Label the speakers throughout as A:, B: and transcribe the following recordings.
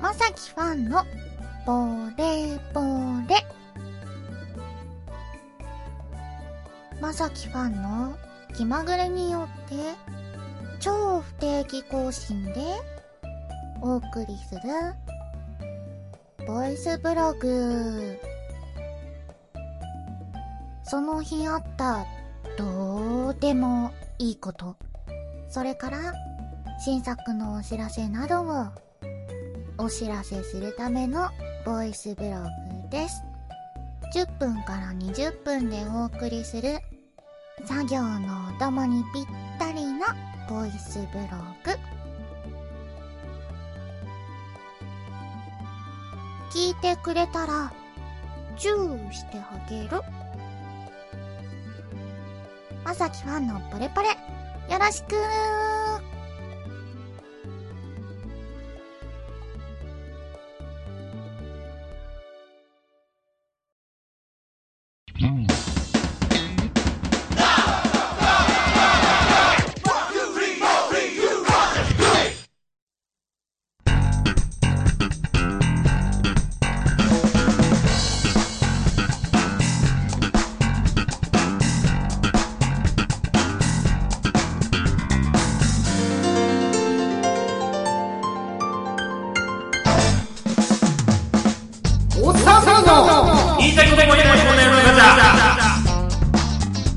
A: 川崎ファンのボレボレ。まさきファンの気まぐれによって超不定期更新でお送りするボイスブログ。その日あったどうでもいいこと。それから新作のお知らせなどをお知らせするためのボイスブログです。10分から20分でお送りする作業のお供にぴったりなボイスブログ。聞いてくれたらチューしてあげる。まさきファンのポレポレ、よろしく
B: おっさんサンド
C: 言いたいことも言えないことも言えないガチ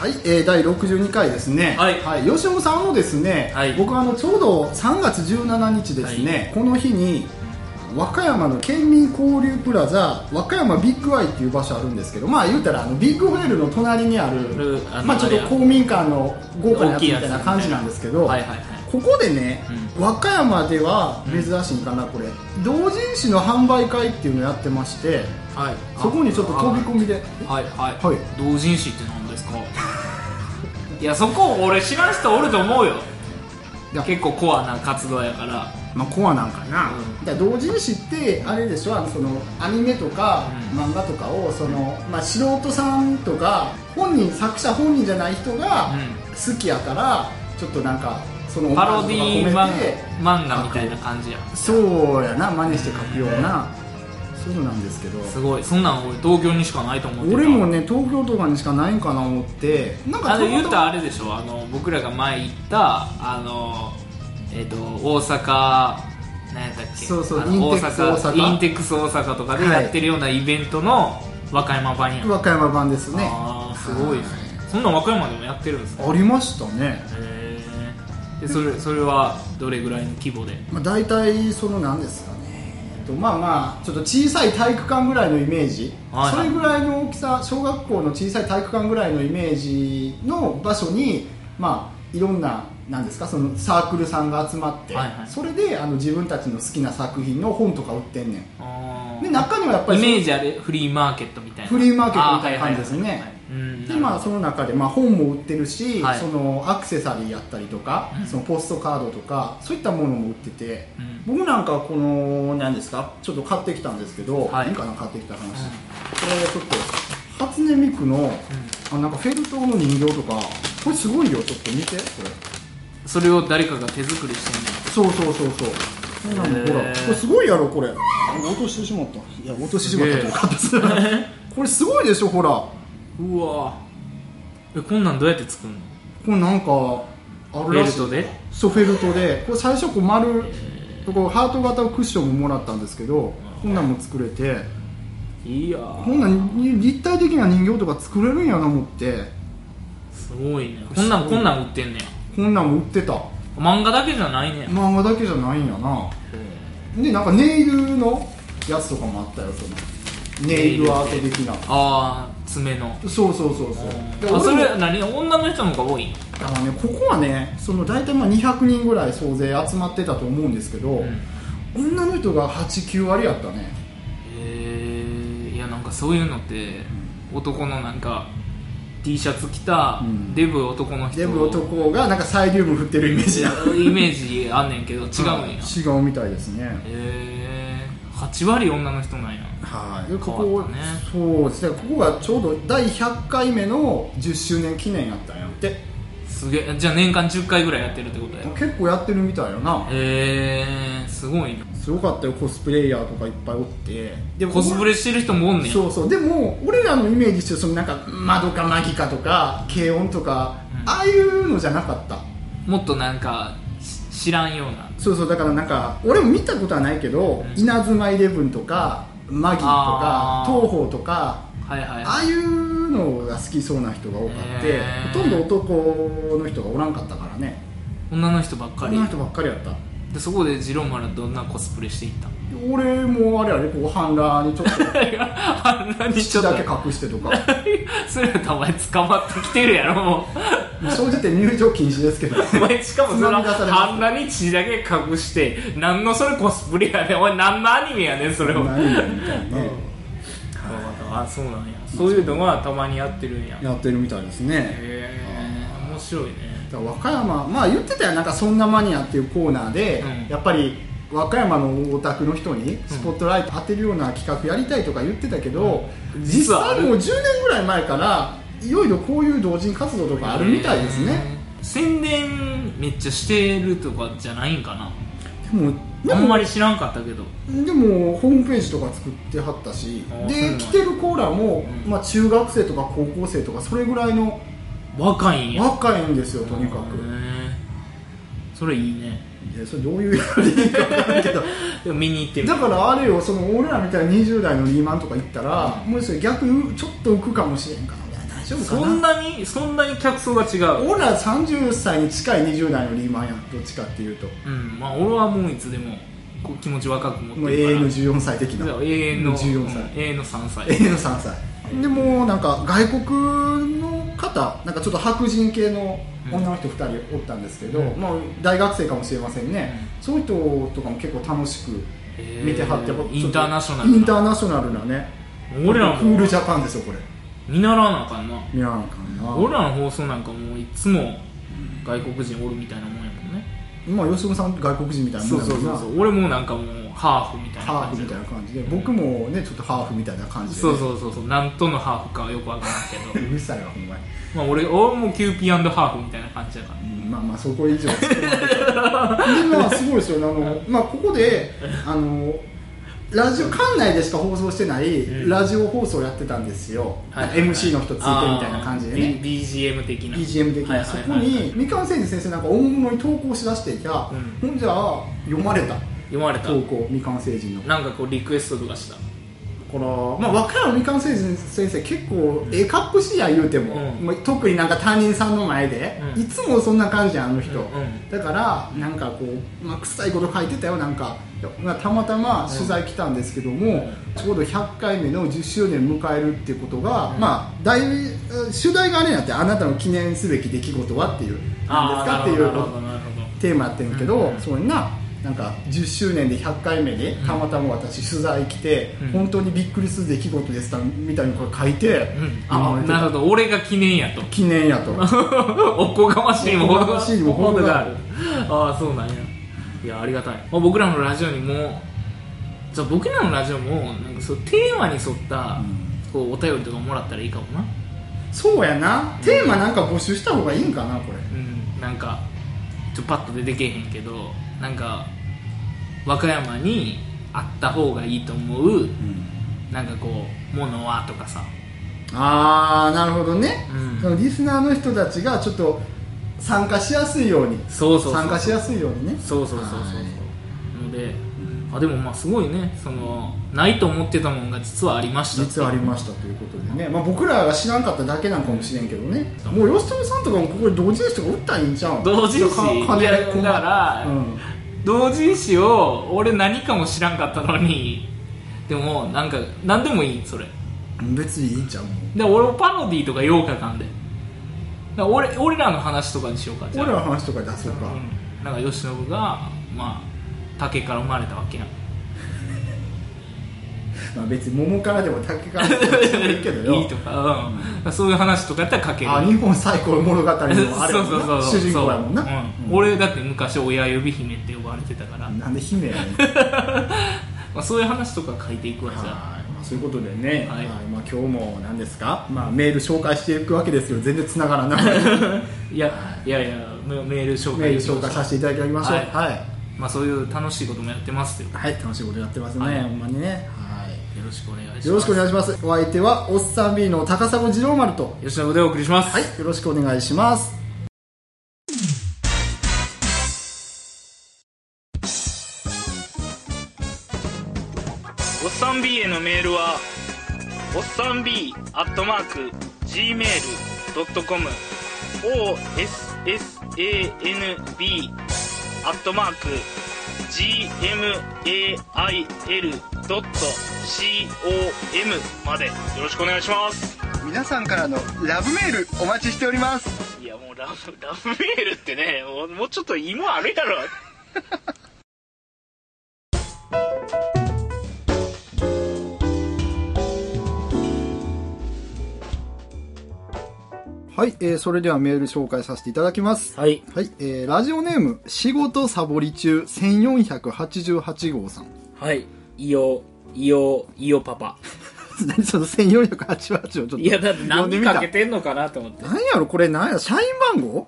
B: はい、えー、第62回ですね、
C: はい
B: 吉本さんをですね、
C: はい
B: 僕はあのちょうど3月17日ですね、この日に和歌山の県民交流プラザ和歌山ビッグアイっていう場所あるんですけどまあ言うたらあのビッグホテルの隣にある
C: あの
B: まあ、ちょっと
C: あれや
B: 公民館の豪華なや
C: 大
B: つ
C: きい
B: み
C: やつ
B: たいな感じなんですけど、
C: はいはいはい
B: ここでね、和歌山では
C: うん
B: 珍しいんかなこれ同人誌の販売会っていうのやってまして
C: ャはい
B: そこにちょっと飛び込みで
C: はいはい、
B: はい
C: 同人誌って何ですかいやそこ俺知らん人おると思うよ
B: いや
C: 結構コアな活動やから
B: まあ、コアなんかな、
C: う
B: だから同人誌ってあれでしょあのそのアニメとか
C: うん
B: 漫画とかをその、まあ、素人さんとか本人作者本人じゃない人が好きやから、ちょっとなんかその
C: パロディー漫
B: ま
C: 画漫画みたいな感じや
B: そうやな真似して書くような、そういうのなんですけど
C: すごいそんなん俺東京にしかないと思ってた
B: 俺もね東京とかにしかないんかな思ってなんか
C: あの言うた
B: た
C: らあれでしょあの僕らが前行ったあの、えっと大阪何やったっけ
B: そうそう
C: あの
B: インテックス大阪
C: インテックス大阪とかでやってるようなイベントの和歌山版や、
B: 和歌山版ですね
C: ああすごいですねそんなん和歌山でもやってるんですか
B: ありましたね
C: へえでそれそれはどれぐらいの規模で
B: まあ、大体その何ですかねえっとまあまあちょっと小さい体育館ぐらいのイメージ、
C: はいはい
B: それぐらいの大きさ小学校の小さい体育館ぐらいのイメージの場所にまあいろんななんですかそのサークルさんが集まって、
C: はいはい
B: それであの自分たちの好きな作品の本とか売ってんねん
C: あ
B: で
C: ー
B: 中にはやっぱり
C: イ
B: その
C: メージあれフリーマーケットみたいな
B: フリーマーケットみたいな感じですね、
C: あーはいはいはいうん
B: で
C: なるほ
B: ま
C: ど
B: あその中で、まあ、本も売ってるし、
C: はい
B: そのアクセサリーやったりとか、
C: うん
B: そのポストカードとかそういったものも売ってて、
C: う
B: 僕なんかこの何ですかちょっと買ってきたんですけど、
C: はい
B: い、いかな買ってきた話、これちょっと初音ミクの、あなんかフェルトの人形とかこれすごいよちょっと見てこれ
C: それを誰かが手作りしてんねん
B: そうそうそうそうこんなの
C: へ
B: ほ
C: ー
B: らこれすごいやろこれあ落としてしまったいや落としてしまったとか
C: すげ え
B: これすごいでしょほら
C: うわえこんなんどうやって作るの
B: これなんかある
C: ベ
B: ら
C: ル
B: しい
C: トで
B: そうフェルトでこれ最初こう丸こうハート型のクッションももらったんですけどこんなんも作れて
C: いや
B: こんなんに立体的な人形とか作れるんやな思って
C: すごいねこんなんこんなん売ってんねや
B: こんなんも売ってた
C: 漫画だけじゃないねや
B: 漫画だけじゃないんやなでなんかネイルのやつとかもあったよそのネイルアート的な
C: ああ爪の
B: そうそうそうそうで
C: あそ
B: 俺も
C: れ何女の人の方が多いの
B: あのねここはねその大体まあ200人ぐらい総勢集まってたと思うんですけど、
C: ん
B: 女の人が89割やったね
C: えー、いやなんかそういうのって男のなんか T シャツ着た
B: うん
C: デブ男の人
B: デブ男がなんかサイリウム振ってるイメージだ
C: イメージあんねんけど違うんや
B: 違うみたいですね
C: えー、8割女の人なんや
B: はいこ
C: 変わ
B: こ
C: ったね
B: そうですねここがちょうど第100回目の10周年記念やったんやって
C: すげえじゃあ年間10回ぐらいやってるってことだよ
B: 結構やってるみたいよな
C: へえー、すごいな
B: すごかったよコスプレイヤーとかいっぱいおってで
C: コスプレしてる人もおんねん
B: そうそうでも俺らのイメージしてるそのなんか窓かマギかとか軽音とか、
C: うん
B: ああいうのじゃなかった
C: もっとなんかし知らんような
B: そうそうだからなんか俺も見たことはないけど、
C: うん
B: 稲妻イレブンとかマギとか
C: あー
B: 東宝とか
C: はいはい
B: ああいうのが好きそうな人が多かって、
C: へ
B: ほ
C: ー
B: とんど男の人がおらんかったからね
C: 女の人ばっかり
B: 女の人ばっかりやった
C: でそこでジローマルはどんなコスプレしていったの
B: 俺もあれあれこう半裸にちょっと
C: あんなにち
B: 口
C: ょっと
B: だけ隠してとか
C: それやったらお前捕まってきてるやろも
B: 正直入場禁止ですけど
C: うお前しかもそれ
B: つまみ出されます
C: あんなに血だけ隠して何のそれコスプレやねんお前何のアニメやねんそれを
B: ないんだみたいなね、
C: あそうなんやそういうのがたまにやってるんやへ
B: やってるみたいですね
C: え面白いね
B: だから和歌山まあ言ってたよなんか「そんなマニア」っていうコーナーで、
C: うん
B: やっぱり和歌山のお宅の人にスポットライト当てるような企画やりたいとか言ってたけど、
C: うん
B: 実際
C: 実は
B: もう10年ぐらい前からいよいよこういう同人活動とかあるみたいですね、
C: へー宣伝めっちゃしてるとかじゃないんかな
B: でもで
C: あん
B: も
C: まり知らんかったけど
B: でもホームページとか作ってはったし
C: あーそうなん
B: で
C: や
B: 来てるコーラも、
C: うん
B: まあ、中学生とか高校生とかそれぐらいの
C: 若いんや
B: 若いんですよとにかく、
C: へーそれいいね
B: いやそれどういうやり方かわからんけど
C: でも見に行ってみ
B: だ
C: る
B: からあれよその俺らみたいな20代のリーマンとか行ったら、もうそれ逆にちょっと浮くかもしれんからいや大丈夫かな
C: そんなにそんなに客層が違う
B: 俺ら30歳に近い20代のリーマンやんどっちかっていうと
C: うんまあ俺はもういつでもこう気持ち若く
B: も
C: 持
B: う
C: って
B: 永
C: るから
B: 遠の14歳的な
C: そう永遠の
B: 14歳、
C: うん永遠の3歳
B: 永遠の3歳でもうなんか外国の方なんかちょっと白人系の女の人2人おったんですけど、
C: うん
B: まあ、大学生かもしれませんね、そういう人とかも結構楽しく見てはって、
C: えー
B: ちょっと
C: インターナショナルな
B: インターナショナルなね
C: 俺ら
B: クー
C: も
B: ルジャパンですよこれ
C: 見習わなあかんな
B: 見らなあかんな
C: 俺らの放送なんかもういつも外国人おるみたいなもんやもんね
B: 今吉野さん外国人みたいな
C: そ
B: も
C: うんそうそうそ
B: な
C: う俺もなんかもうハーフみたいな
B: ハー
C: 感
B: フ
C: じ
B: み
C: で
B: たいな感じで僕もねちょっとハーフみたいな感じで、ね、
C: そうそうそうそうなんとのハーフかはよくわからんけ
B: う
C: ど
B: るさいわほんまに
C: まあ俺俺もキューピーハーフみたいな感じだから
B: うんまあまあそこ以上でまあすごいですよねあの、まあ、ここであのラジオ館内でしか放送してない
C: うん
B: ラジオ放送やってたんですよ、
C: はい
B: MC の人ついてみたいな感じでね
C: あー B- BGM 的
B: BGM
C: な
B: 的に、
C: はいはいはい
B: そこに三河誠司先生なんか大物に投稿しだしていた、
C: う
B: ほんじゃあ読まれた
C: 読まれた
B: 投稿三河誠司の
C: なんかこうリクエストとかした
B: この、まあ、若い三河誠司先生結構ええかっこしいやん言うても、
C: うん
B: まあ特になんか担任さんの前で、
C: うん
B: いつもそんな感じやんあの人、
C: うんうん
B: だからなんかこう、まあ、臭いこと書いてたよなんかまあたまたま取材来たんですけども、ちょうど100回目の10周年迎えるってことが、
C: うん
B: まあ、だいぶ主題があれやってあなたの記念すべき出来事はっていうなんですかっていう
C: なるほど
B: テーマやってんけど、
C: うん
B: そんななんか10周年で100回目で
C: うん
B: たまたま私取材来て、
C: うん
B: 本当にびっくりする出来事でしたみたいにこれ書いて、
C: うん、
B: あ
C: あなるほど俺が記念やと
B: 記念やと
C: おこがましいも
B: おこがましいにも
C: ほ
B: 程
C: ど
B: が
C: が
B: あ
C: あ
B: る
C: る ああそうなんやいやありがたい、まあ、僕らのラジオにもじゃあ僕らのラジオもなんかそうテーマに沿った、
B: うん
C: こうお便りとかもらったらいいかもな
B: そうやなテーマなんか募集した方がいいんかなこれ
C: うんなんかちょっとパッと出てけへんけどなんか和歌山にあった方がいいと思うなんかこうものはとかさ
B: ああなるほどね、
C: うん
B: そのリスナーの人たちがちょっと参加しやすいように
C: そうそうそう
B: 参加しやすいようにね
C: そうそうそうそう
B: はい
C: そうのであでもまあすごいねそのないと思ってたもんが実はありました
B: 実はありましたということでね、まあ、僕らが知らんかっただけなんかもしれんけどねもう吉富さんとかもここで同時ですとか打ったらいいんちゃうん
C: 同人誌
B: か金
C: いや
B: こんな
C: だから
B: うん
C: 同人誌を俺何かも知らんかったのにでもなんか何でもいいそれ
B: 別にいいんちゃうも
C: で俺もパロディとかようかかんでだから俺俺らの話とかにしようか
B: う
C: じゃ
B: 俺ら
C: あ
B: の話とか出そうか、
C: うん、なんか慶喜がまあ竹から生まれたわけやん
B: まあ、別に桃からでも竹からでもいいけどよ
C: いいとか,、うん、だからそういう話とかやったら書ける
B: あ日本最高の物語のあれやもんな
C: そうそうそうそ
B: 主
C: う
B: 人公やもんな、
C: うん
B: うん
C: 俺だって昔親指姫って呼ばれてたから、ま
B: なんで姫やねん
C: あ、そういう話とか書いていくわじゃあ
B: はいまそういうことでね、
C: はい
B: まあ、今日も何ですか、まあ、メール紹介していくわけですけど全然つながら ない
C: いやいやいやメメール紹
B: メー
C: 介
B: ル紹介させていただきましょう
C: はい
B: はい、
C: まあそういう楽しいこともやってますよ
B: はい、楽しいことやってますね、
C: はい
B: ほんまにね、はい
C: よろしくお願いします
B: よろしくお願
C: い
B: いします。お相手は、おっさん B の高砂二郎丸と。
C: 吉田部でお送りします、
B: はい、よろしくお願いします。
C: おっさん B へのメールはおっさん B アットマーク Gmail.com OSSANB アットマーク Gmail.com までよろしくお願いします
B: 皆さんからのラブメール、お待ちしております。
C: いやもうラブラブメールってねもうもうちょっと芋あるやろ
B: はい、えーそれではメール紹介させていただきます。
C: はい
B: はい、えーラジオネーム、仕事サボり中、1488号さん。
C: はいいおいおいおパパ
B: 何その1488をちょっと。
C: いやだって
B: 読んで
C: 何
B: み
C: か
B: た
C: け。てんのかなと 思って
B: 何やろ、これ何や、社員番号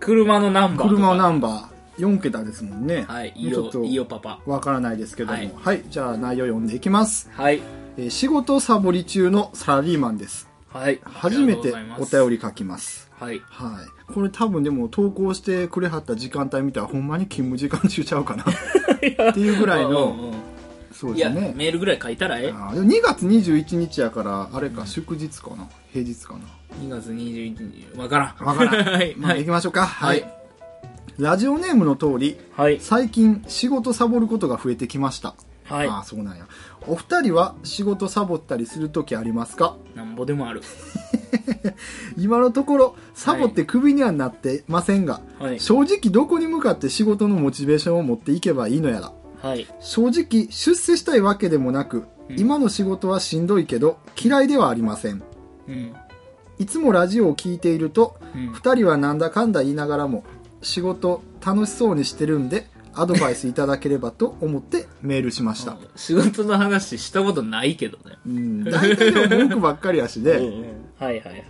C: 車のナンバーとか
B: 車ナンバー、4桁ですもんね。
C: はいい
B: も
C: いう
B: ちょっ
C: よ
B: と
C: いいよパパ
B: わからないですけども。
C: はい
B: はい、じゃあ内容読んでいきます。
C: はい
B: えー仕事サボり中のサラリーマンです。
C: はい
B: 初めてお便
C: り
B: り書きます。
C: はい
B: はい。これ多分でも投稿してくれはった時間帯見たらほんまに勤務時間中ちゃうか な。っていうぐらいの
C: うんうんうん
B: そう
C: い
B: で
C: や
B: すね。
C: メールぐらい書いたらええ
B: あーでも2月21日やから、あれか、祝日かな平日かな
C: 2月21日わからん
B: わからん。
C: はい
B: まあ、行きましょうか。は
C: はい
B: い。ラジオネームの通り、
C: はい
B: 最近仕事サボることが増えてきました。
C: はい
B: ああ、そうなんや。お二人は仕事サボったりするときありますか
C: なんぼでもある
B: 今のところサボってクビにはなってませんが、
C: はい
B: 正直どこに向かって仕事のモチベーションを持っていけばいいのやら
C: はい
B: 正直出世したいわけでもなく、
C: うん
B: 今の仕事はしんどいけど嫌いではありません
C: うん
B: いつもラジオを聞いていると、
C: うん
B: 2人はなんだかんだ言いながらも仕事楽しそうにしてるんでアドバイスいただければと思ってメールしま した、
C: 仕事の話したことないけどね
B: うん、大体でも文句ばっかりやしで、
C: うんうんはいはいはい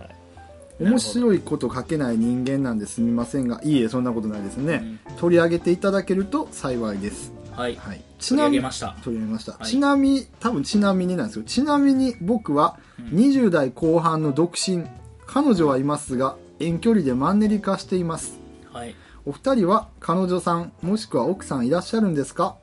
B: 面白いこと書けない人間なんですみませんがいいえそんなことないですね、
C: う
B: 取り上げていただけると幸いです、
C: はい
B: はい、ち
C: 取り
B: な
C: 上
B: み
C: げ
B: に
C: ました
B: 取り上げました、
C: はい
B: ちなみに多分ちなみになんですよちなみに僕は20代後半の独身彼女はいますが遠距離でマンネリ化しています
C: はい
B: お二人は彼女さんもしくは奥さんいらっしゃるんですか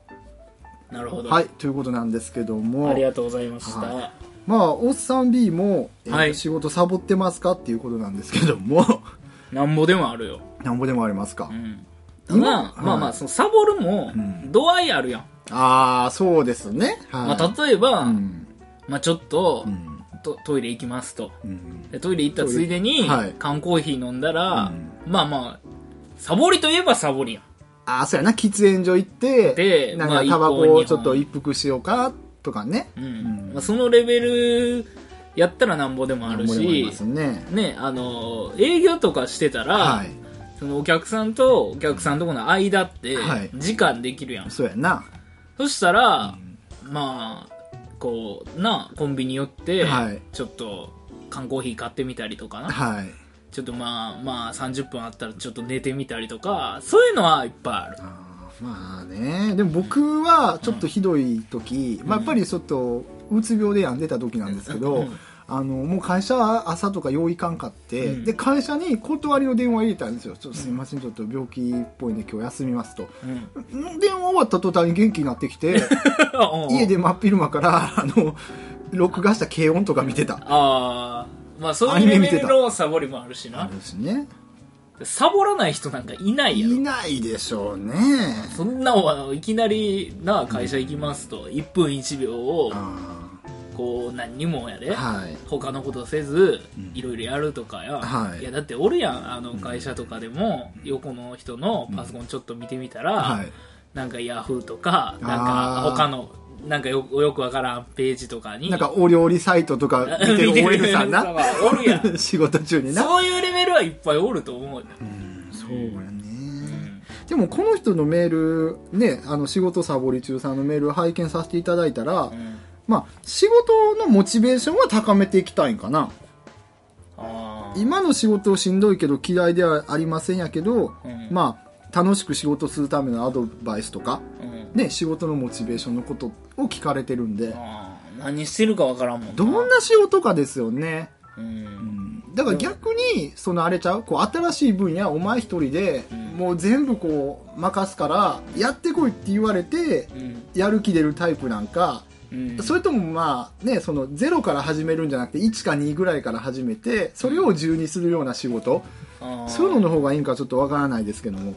C: なるほど
B: はいということなんですけども
C: ありがとうございまし
B: は
C: た
B: まあおっさん B も、えー
C: はい
B: 仕事サボってますかっていうことなんですけども
C: なんぼでもあるよ
B: なんぼでもありますか、
C: うんただ
B: 今
C: まあまあま
B: は
C: あ
B: い
C: そのサボるも
B: うん
C: 度合いあるやん
B: ああそうですねはい
C: まあ例えば
B: うん
C: まあちょっと
B: うん
C: とトイレ行きますと
B: うん
C: でトイレ行ったついでに
B: はい
C: 缶コーヒー飲んだら
B: う
C: まあまあサボりといえばサボりやん
B: ああそうやな喫煙所行って
C: で
B: なん
C: ま
B: か
C: あ
B: タバコ
C: 一本
B: を
C: 二本
B: ちょっと一服しようかとかね
C: うん
B: うん
C: まあそのレベルやったらなんぼでもあ
B: 思
C: る
B: い
C: し
B: ますね
C: ねあの営業とかしてた
B: は
C: ら
B: い
C: そのお客さんとお客さんとこの間って
B: はい
C: 時間できるやん
B: そうやな
C: そしたら、まあこうなコンビニ寄って、
B: はい
C: ちょっと缶コーヒー買ってみたりとかな
B: はい
C: ちょっとまあまあ30分あったらちょっと寝てみたりとかそういうのはいっぱいある
B: あーまあねでも僕はちょっとひどい時、まあ、やっぱりちょっとうつ病で病んでた時なんですけど、
C: うん
B: あのもう会社朝とか用意かんかって、
C: うん
B: で会社に断りの電話入れたんですよ「ちょっとすみませんちょっと病気っぽいんで今日休みます」と。
C: うん
B: ん電話終わった途端に元気になってきて家で真っ昼間からあの録画した軽音とか見てた
C: ああまあそうい
B: アニ
C: う
B: メ
C: レ
B: 見てた
C: ベルのサボりもあるし
B: あ
C: な
B: るしね
C: サボらない人なんかいないや
B: い
C: ろ
B: ないでしょうね
C: そんなのはいきなりな会社行きますと1分1秒を
B: あ
C: こう何にもや
B: ー
C: で、
B: はい
C: 他のことせず
B: ん
C: いろいろやるとかや、
B: はい
C: やだっておるやんあの会社とかでも横の人のパソコンちょっと見てみたら、
B: はい
C: なんかヤフーとかなん
B: あ
C: か
B: ー
C: 他のなんかよよくわからんページとかに
B: なんかお料理サイトとか見て
C: 見
B: る
C: てる
B: OL さんな
C: 人 はお るやん
B: 仕事中にな
C: そういうレベルはいっぱいおると思うよ、
B: そうや
C: う
B: ね
C: ん
B: でもこの人のメールねあの仕事サボり中さんのメールを拝見させていただいたら、
C: うん
B: まあ、仕事のモチベーションは高めていきたいんかな。
C: あー
B: 今の仕事しんどいけど嫌いではありませんやけど、
C: うん
B: まあ、楽しく仕事するためのアドバイスとか、
C: うん
B: ね、仕事のモチベーションのことを聞かれてるんで、
C: あー何してるかわからんもん
B: どんな仕事かですよね。
C: うん
B: だから逆に、そのあれちゃう、こう新しい分野お前一人で、もう全部こう任すから、やってこいって言われて、
C: うん
B: やる気出るタイプなんか、
C: うん
B: それともまあね、その0から始めるんじゃなくて1か2ぐらいから始めて、それを10にするような仕事、
C: あー
B: そういうのの方がいいんかちょっとわからないですけども。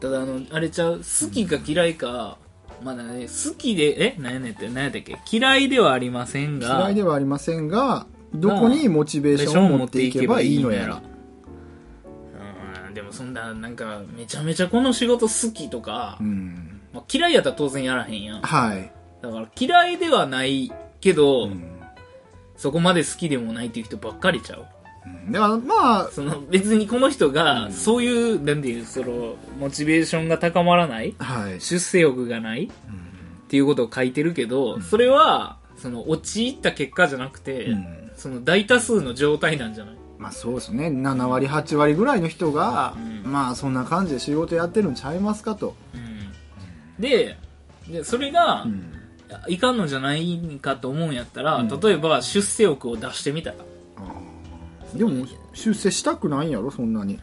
C: ただあのあれちゃう好きか嫌いか、まだね好きでえ何やねんって何やったっけ嫌いではありませんが
B: 嫌いではありませんが、どこにモチベーションを持っていけばいいのやら。
C: うんでもそんななんかめちゃめちゃこの仕事好きとか、
B: うん。
C: まあ嫌いやったら当然やらへんやんだか
B: はい。
C: ら嫌いではないけど、
B: うん
C: そこまで好きでもないっていう人ばっかりちゃう
B: だからまあ、
C: その別にこの人がそういう、なんていうそのモチベーションが高まらない
B: はい。
C: 出世欲がない、っていうことを書いてるけど、それはその陥った結果じゃなくて、
B: うん
C: その大多数の状態なんじゃない
B: まあそうですね。7割、8割ぐらいの人が、まあそんな感じで仕事やってるんちゃいますかと。
C: ででそれが、
B: うん。
C: いかんのじゃないんかと思うんやったら、例えば出世欲を出してみたら
B: でも出世したくないんやろそんなに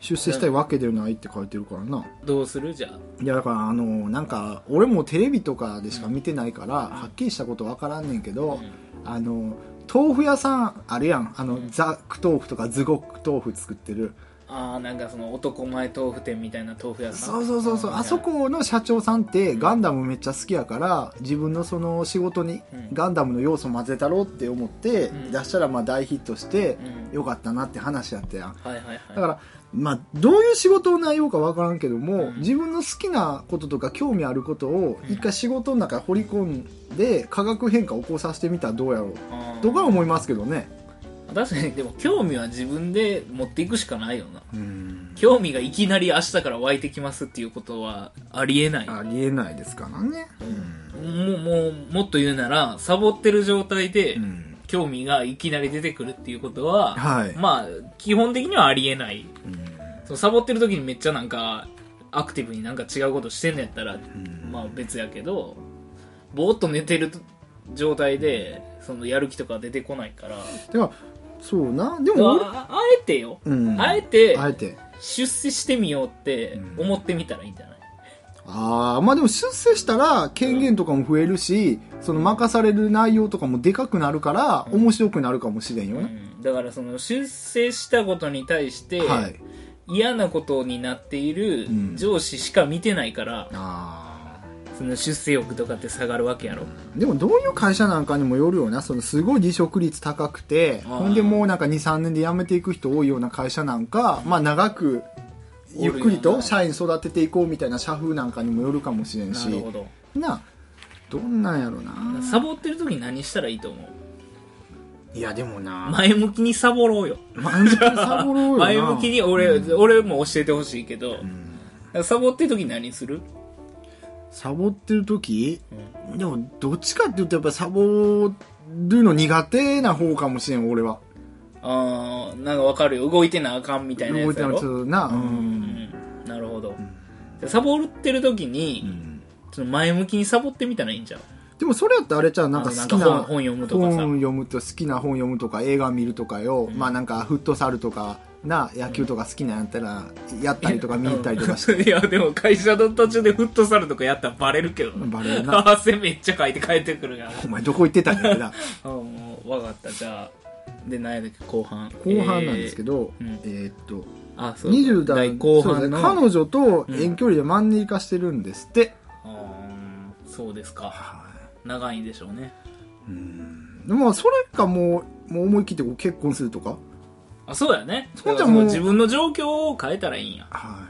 B: 出世したいわけではないって書いてるからな
C: どうするじゃあ
B: いやだからあのなんか俺もテレビとかでしか見てないから、はっきりしたことわからんねんけど、あの豆腐屋さんあるやんあの、ザク豆腐とかズゴック豆腐作ってる
C: あーなんかその男前豆腐店みたいな豆腐屋さん
B: そうそうそうそう
C: ー
B: あそこの社長さんってガンダムめっちゃ好きやから自分のその仕事に
C: うん
B: ガンダムの要素混ぜたろうって思って
C: うん
B: 出したらまあ大ヒットして
C: うん
B: よかったなって話やったやん
C: はいはいはい
B: だから、まあ、どういう仕事の内容かわからんけども、
C: うん
B: 自分の好きなこととか興味あることを一回仕事の中に掘り込んで化学変化を起こさせてみたらどうやろう
C: あー
B: とか思いますけどね。
C: 確かにでも興味は自分で持っていくしかないよな興味がいきなり明日から湧いてきますっていうことはありえない
B: ありえないですからね。
C: もうもうもっと言うならサボってる状態で、
B: うん
C: 興味がいきなり出てくるっていうことは、
B: はい
C: まあ基本的にはありえない、そのサボってる時にめっちゃなんかアクティブになんか違うことしてんのやったら、まあ別やけどぼーっと寝てる状態でそのやる気とか出てこないから
B: ではそうなでも俺
C: ああえてよ、
B: うん
C: あえて
B: あえて
C: 出世してみようって思ってみたらいいんじゃない、
B: ああまあでも出世したら権限とかも増えるし、その任される内容とかもでかくなるから面白くなるかもしれんよ
C: う
B: ね。
C: ん、だからその出世したことに対して、
B: はい。
C: 嫌なことになっている
B: ん
C: 上司しか見てないから、
B: ああ。
C: その出世欲とかって下がるわけやろ、
B: でもどういう会社なんかにもよるよなそのすごい離職率高くて
C: あー
B: ほんでもうなんか23年で辞めていく人多いような会社なんか、まあ長くゆっくり
C: おるよ
B: と
C: な
B: 社員育てていこうみたいな社風なんかにもよるかもしれんし
C: なるほど
B: などんなんやろな
C: サボってる時何したらいいと思う
B: いやでもな
C: 前向きにサボろうよ
B: 毎日サボろうよな
C: 前向きに俺,、俺も教えてほしいけど、サボってる時何する
B: サボってる時、でもどっちかっていうとやっぱサボるの苦手な方かもしれん俺は
C: あーなんかわかるよ動いてなあかんみたいな
B: 動
C: や
B: い
C: つ
B: て
C: や
B: る
C: ろ
B: となう
C: うんんなるほど、でサボってる時に、ちょっと前向きにサボってみたらいいんじゃん
B: でもそれやったらあれじゃんなんか好き
C: あ
B: な
C: のなんか本本読むとかさ
B: 本読むと好きな本読むとか映画見るとかよ、まあなんかフットサルとかな野球とか好きなんやったらやったりとか見に行ったりとかして、
C: いやでも会社の途中でフットサルとかやったらバレるけど な
B: バレるな
C: 汗めっちゃかいて帰ってくるから
B: お前どこ行ってたんやって な
C: あもう分かったじゃあで何やだっけ後半
B: 後半なんですけど、え
C: えーうん
B: ーっと
C: えーあそう
B: 20代
C: 後
B: そうです
C: 半の
B: ね彼女と遠距離でマンネリ化してるんですって、
C: あーそうですか長いんでしょうね
B: でもそれかもうもう思い切ってこう結婚するとか
C: あそうやね
B: そうじゃもう
C: だからその自分の状況を変えたらいいんや
B: は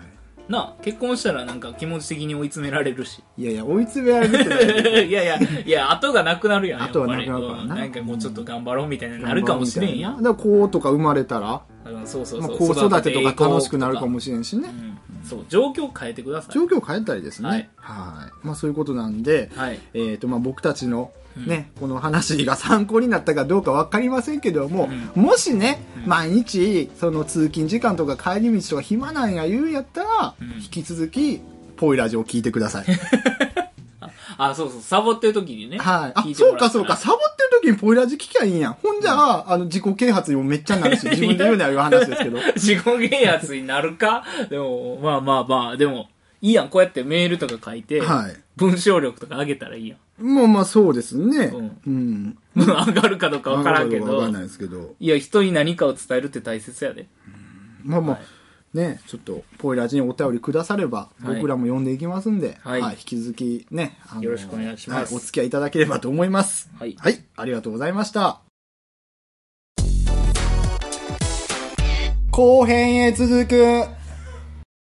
C: なあ結婚したらなんか気持ち的に追い詰められるし
B: いいやいや追い詰められるってない
C: いやいやいや後がなくなるやんやっ
B: 後
C: ぱ
B: は
C: り
B: なくなるからな
C: うんなんかもうちょっと頑張ろうみたいになるかもしれんや
B: だから子とか生まれたら
C: だからそうそう
B: まあ、
C: そう
B: 子育てとか楽しくなるか
C: しれん
B: もしれんしね、
C: うんそう状況を変えてください
B: 状況を変えたりですね。
C: は
B: はいい。まあそういうことなんで、
C: はい
B: えっ、と、まあ僕たちのね、この話が参考になったかどうかわかりませんけども、もしね、毎日、その通勤時間とか帰り道とか暇なんや言うんやったら、引き続き、ぽいラジオを聞いてくだ さい。
C: あそうそうサボってる時にね
B: はい。
C: 聞い
B: あ、
C: ても
B: そう
C: ら
B: か
C: った
B: そう
C: ら
B: か、サボってる時にポイラジ聞きゃいいんや。ほんじゃあ、あの、自己啓発にもめっちゃなるし、自分で言うなよいう話ですけ ど。
C: 自己啓発になるかでも、まあまあまあ、でも、いいやん。こうやってメールとか書いて、
B: はい
C: 文章力とか上げたらいいやん。
B: まあまあそうですね。
C: うん
B: うん。
C: 上がるかどうかわからんけ
B: わ
C: ど
B: かん、ないですけど。
C: いや、人に何かを伝えるって大切やで。
B: まあまあ、ね、ちょっと、ポイラジにお便りくだされば、
C: はい
B: 僕らも読んでいきますんで、
C: はい
B: 引き続きね、あの
C: よろしくお願いします
B: はお付き合いいただければと思います。
C: はい
B: はい、ありがとうございました。後編へ続く。